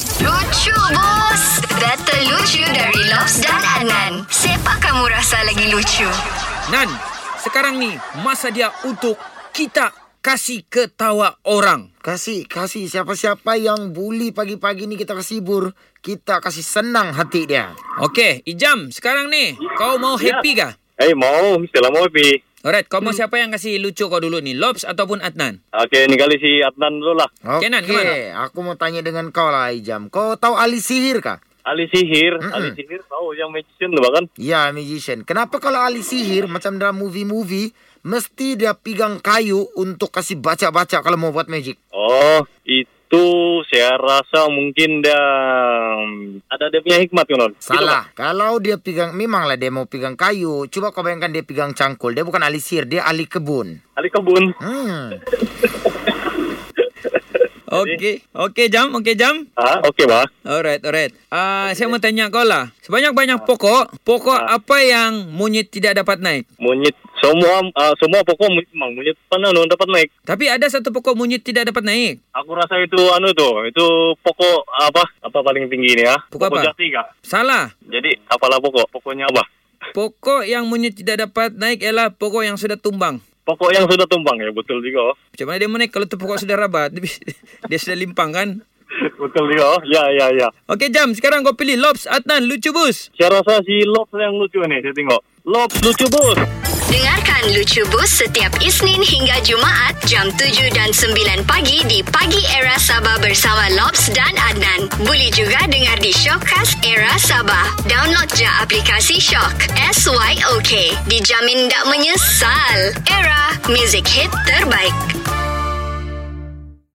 Lucu bos Data lucu dari Lobs dan Anan Siapa kamu rasa lagi lucu? Nan, sekarang ni masa dia untuk kita kasih ketawa orang. Kasih, kasih siapa-siapa yang bully pagi-pagi ni kita kasih hibur. Kita kasih senang hati dia. Okey, Ijam, sekarang ni kau mau happy kah? Eh, mau. Mestilah mau happy. Alright, kau mau siapa yang kasih lucu kau dulu ni? Lobs ataupun Adnan? Okey, ni kali si Adnan dulu lah. Okey, Kenan, kemana? aku mau tanya dengan kau lah Ijam. Kau tahu ahli sihir kah? Ali Sihir. Mm-mm. Ali Sihir tahu yang magician tu kan? bahkan. Ya, magician. Kenapa kalau ahli sihir macam dalam movie-movie mesti dia pegang kayu untuk kasih baca-baca kalau mau buat magic? Oh, itu saya rasa mungkin dia hmm, ada dia punya hikmat kan. Salah. Kalau dia pegang memanglah dia mau pegang kayu. Coba kau bayangkan dia pegang cangkul. Dia bukan ahli sihir, dia ahli kebun. Ali Kebun. Hmm. Okey, okey Jam, okey Jam. Ah, okey bah. Alright, alright. Ah, saya mau tanya kau lah. Sebanyak-banyak pokok, pokok apa yang monyet tidak dapat naik? Monyet semua ah, semua pokok monyet memang monyet mana nu dapat naik. Tapi ada satu pokok monyet tidak dapat naik. Aku rasa itu anu tu, itu pokok apa? Apa paling tinggi ni ya? Pokok apa? jati kah? Salah. Jadi apalah pokok? Pokoknya apa? Pokok yang monyet tidak dapat naik ialah pokok yang sudah tumbang. Pokok yang sudah tumbang ya, betul juga. Macam mana dia mau naik kalau tu pokok sudah rabat? Dia, dia sudah limpang kan? betul juga. Ya, ya, ya. Okey Jam, sekarang kau pilih Lobs, Adnan, Lucu Bus. Saya rasa si Lobs yang lucu nih, saya tengok. Lobs lucu bos. Dengarkan Lucu Bus setiap Isnin hingga Jumaat Jam 7 dan 9 pagi di Pagi Era Sabah bersama Lobs dan Adnan Boleh juga dengar di Showcast Era Sabah Download je aplikasi Shock S-Y-O-K Dijamin tak menyesal Era, music hit terbaik